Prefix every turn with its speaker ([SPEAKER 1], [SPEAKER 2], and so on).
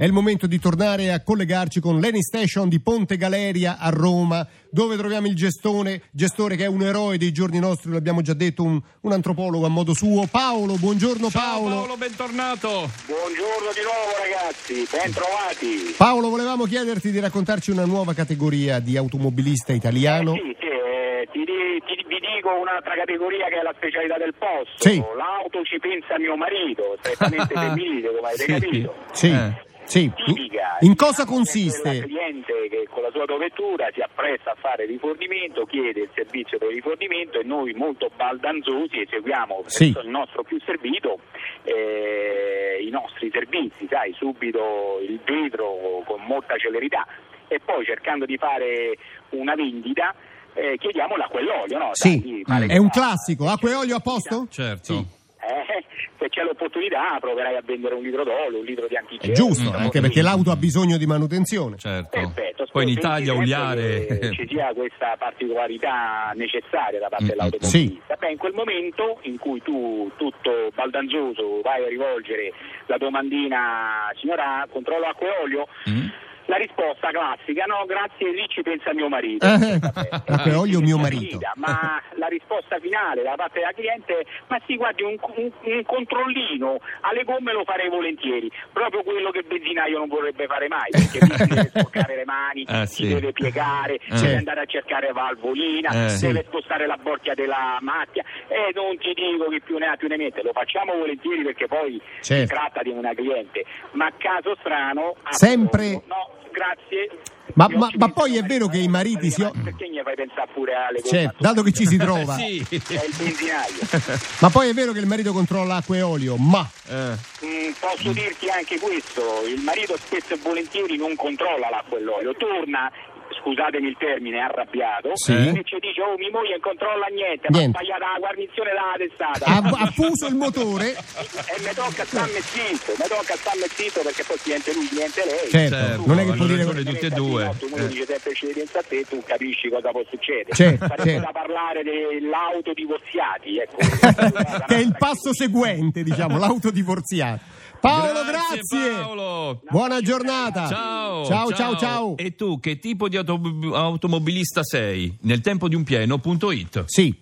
[SPEAKER 1] È il momento di tornare a collegarci con l'Eni Station di Ponte Galeria a Roma, dove troviamo il gestone, gestore che è un eroe dei giorni nostri, l'abbiamo già detto, un, un antropologo a modo suo. Paolo, buongiorno
[SPEAKER 2] Ciao
[SPEAKER 1] Paolo.
[SPEAKER 2] Paolo, bentornato.
[SPEAKER 3] Buongiorno di nuovo ragazzi, ben trovati. Eh
[SPEAKER 1] Paolo, volevamo chiederti di raccontarci una nuova categoria di automobilista italiano.
[SPEAKER 3] Sì, sì, eh, ti, di- ti- vi dico un'altra categoria che è la specialità del posto.
[SPEAKER 1] Sì.
[SPEAKER 3] L'auto ci pensa mio marito, strettamente femminile, come avete
[SPEAKER 2] Sì.
[SPEAKER 3] capito.
[SPEAKER 1] Sì,
[SPEAKER 2] Eh.
[SPEAKER 1] sì.
[SPEAKER 3] Tipica.
[SPEAKER 1] In cosa
[SPEAKER 3] diciamo, che quella
[SPEAKER 1] consiste?
[SPEAKER 3] cliente che con la sua autovettura si appresta a fare rifornimento, chiede il servizio per il rifornimento e noi molto baldanzosi eseguiamo
[SPEAKER 1] Sì.
[SPEAKER 3] verso il nostro più servito eh, i nostri servizi, sai, subito il vetro con molta celerità e poi cercando di fare una vendita eh, chiediamo l'acqua e l'olio, no? Sai,
[SPEAKER 1] Sì,
[SPEAKER 3] di fare
[SPEAKER 1] è un
[SPEAKER 3] questa-
[SPEAKER 1] classico. Acqua e olio a posto?
[SPEAKER 2] Certo.
[SPEAKER 1] Sì.
[SPEAKER 3] Eh, se c'è l'opportunità proverai a vendere un litro d'olio, un litro di
[SPEAKER 1] È
[SPEAKER 3] antigeno.
[SPEAKER 1] giusto,
[SPEAKER 2] Mm,
[SPEAKER 3] insomma,
[SPEAKER 1] anche
[SPEAKER 3] così.
[SPEAKER 1] perché l'auto ha bisogno di manutenzione.
[SPEAKER 2] Certo.
[SPEAKER 3] Perfetto,
[SPEAKER 2] Poi in
[SPEAKER 3] spero
[SPEAKER 2] Italia
[SPEAKER 3] quindi penso
[SPEAKER 2] ugliare.
[SPEAKER 3] che Ci sia questa particolarità necessaria da parte
[SPEAKER 2] Mm,
[SPEAKER 3] dell'automobilista. Beh, in quel momento in cui tu, tutto baldanzoso, vai a rivolgere la domandina, signora, controllo acqua e olio,
[SPEAKER 2] Mm?
[SPEAKER 3] la risposta classica, no, grazie, lì ci pensa mio marito.
[SPEAKER 1] Eh,
[SPEAKER 2] ecco.
[SPEAKER 3] Vabbè,
[SPEAKER 1] acqua e olio,
[SPEAKER 3] ci
[SPEAKER 1] mio
[SPEAKER 3] pensa
[SPEAKER 1] marito.
[SPEAKER 3] Frida, eh, Ma la risposta finale da parte della cliente, ma sì, guardi, un, un- un controllino alle gomme lo farei volentieri, proprio quello che il benzinaio non vorrebbe fare mai, perché mi si deve toccare le mani,
[SPEAKER 2] Eh,
[SPEAKER 3] si
[SPEAKER 2] sì.
[SPEAKER 3] deve piegare,
[SPEAKER 2] Eh.
[SPEAKER 3] deve andare a cercare valvolina,
[SPEAKER 2] Eh.
[SPEAKER 3] deve spostare la borchia della macchia e non ti dico che più ne ha più ne mette, lo facciamo volentieri perché poi si
[SPEAKER 1] Certo.
[SPEAKER 3] tratta di una cliente, ma caso strano... a
[SPEAKER 1] Sempre-
[SPEAKER 3] No, grazie.
[SPEAKER 1] Ma-
[SPEAKER 3] Io
[SPEAKER 1] ma-
[SPEAKER 3] ci
[SPEAKER 1] ma
[SPEAKER 3] penso
[SPEAKER 1] poi è
[SPEAKER 3] domani
[SPEAKER 1] vero che i
[SPEAKER 3] mattina,
[SPEAKER 1] mariti si-
[SPEAKER 3] ma Perché mi fai pensare pure alle cose?
[SPEAKER 1] Certo, dato che ci si trova.
[SPEAKER 2] Eh, sì.
[SPEAKER 3] È il benzinaio.
[SPEAKER 1] Ma poi è vero che il marito controlla acqua e olio, ma
[SPEAKER 2] Eh,
[SPEAKER 3] Mm, posso dirti anche questo, il marito spesso e volentieri non controlla l'acqua e l'olio, torna scusatemi il termine, arrabbiato
[SPEAKER 1] Sì.
[SPEAKER 3] e ci dice oh mi moglie non controlla niente,
[SPEAKER 1] Niente. Ah,
[SPEAKER 3] ma ha sbagliato la guarnizione dalla testata
[SPEAKER 1] ha, ha fuso il motore.
[SPEAKER 3] e mi tocca starmi zitto, mi tocca starmi zitto perché poi niente lui, niente lei
[SPEAKER 1] Certo,
[SPEAKER 2] Certo,
[SPEAKER 1] non è che
[SPEAKER 2] ha
[SPEAKER 1] può dire
[SPEAKER 2] ragione tutti e due. Eh.
[SPEAKER 3] Tu uno dice sempre ci pensa a te, tu capisci cosa può succedere.
[SPEAKER 1] Certo,
[SPEAKER 3] Sarebbe
[SPEAKER 1] certo.
[SPEAKER 3] da parlare dell'auto divorziati, ecco.
[SPEAKER 1] che è il passo seguente, diciamo, l'autodivorziato. Paolo, grazie.
[SPEAKER 2] Eh. Paolo.
[SPEAKER 1] Buona giornata.
[SPEAKER 2] Ciao,
[SPEAKER 1] ciao, ciao. ciao.
[SPEAKER 2] E tu che tipo di autob- automobilista sei? Nel tempo di un pieno.it.
[SPEAKER 1] Sì.